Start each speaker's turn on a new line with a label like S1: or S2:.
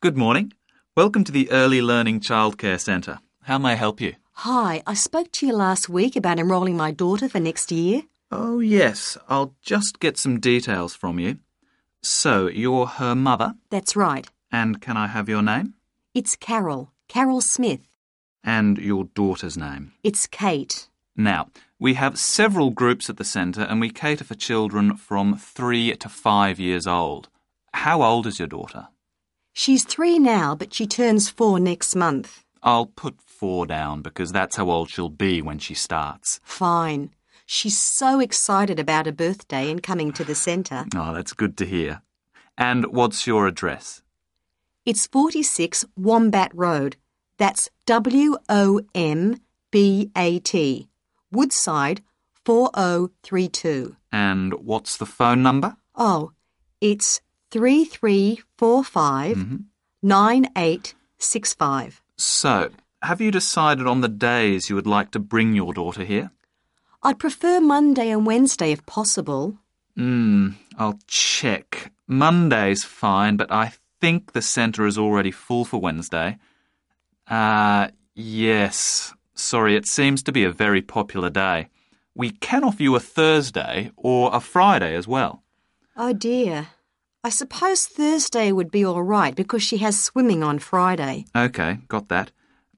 S1: Good morning. Welcome to the Early Learning Childcare Centre. How may I help you?
S2: Hi, I spoke to you last week about enrolling my daughter for next year.
S1: Oh, yes. I'll just get some details from you. So, you're her mother,
S2: That's right.
S1: and can I have your name?
S2: It's Carol, Carol Smith.
S1: And your daughter's name.
S2: It's Kate.
S1: Now, we have several groups at the centre and we cater for children from three to five years old. How old is your daughter?
S2: She's three now, but she turns four next month.
S1: I'll put four down because that's how old she'll be when she starts.
S2: Fine. She's so excited about her birthday and coming to the centre.
S1: Oh, that's good to hear. And what's your address?
S2: It's 46 Wombat Road. That's W O M B A T. Woodside 4032.
S1: And what's the phone number?
S2: Oh, it's 3345 9865.
S1: So, have you decided on the days you would like to bring your daughter here?
S2: I'd prefer Monday and Wednesday if possible.
S1: Hmm, I'll check. Monday's fine, but I think the centre is already full for Wednesday. Uh, yes. Sorry, it seems to be a very popular day. We can offer you a Thursday or a Friday as well.
S2: Oh dear. I suppose Thursday would be all right because she has swimming on Friday.
S1: Okay, got that.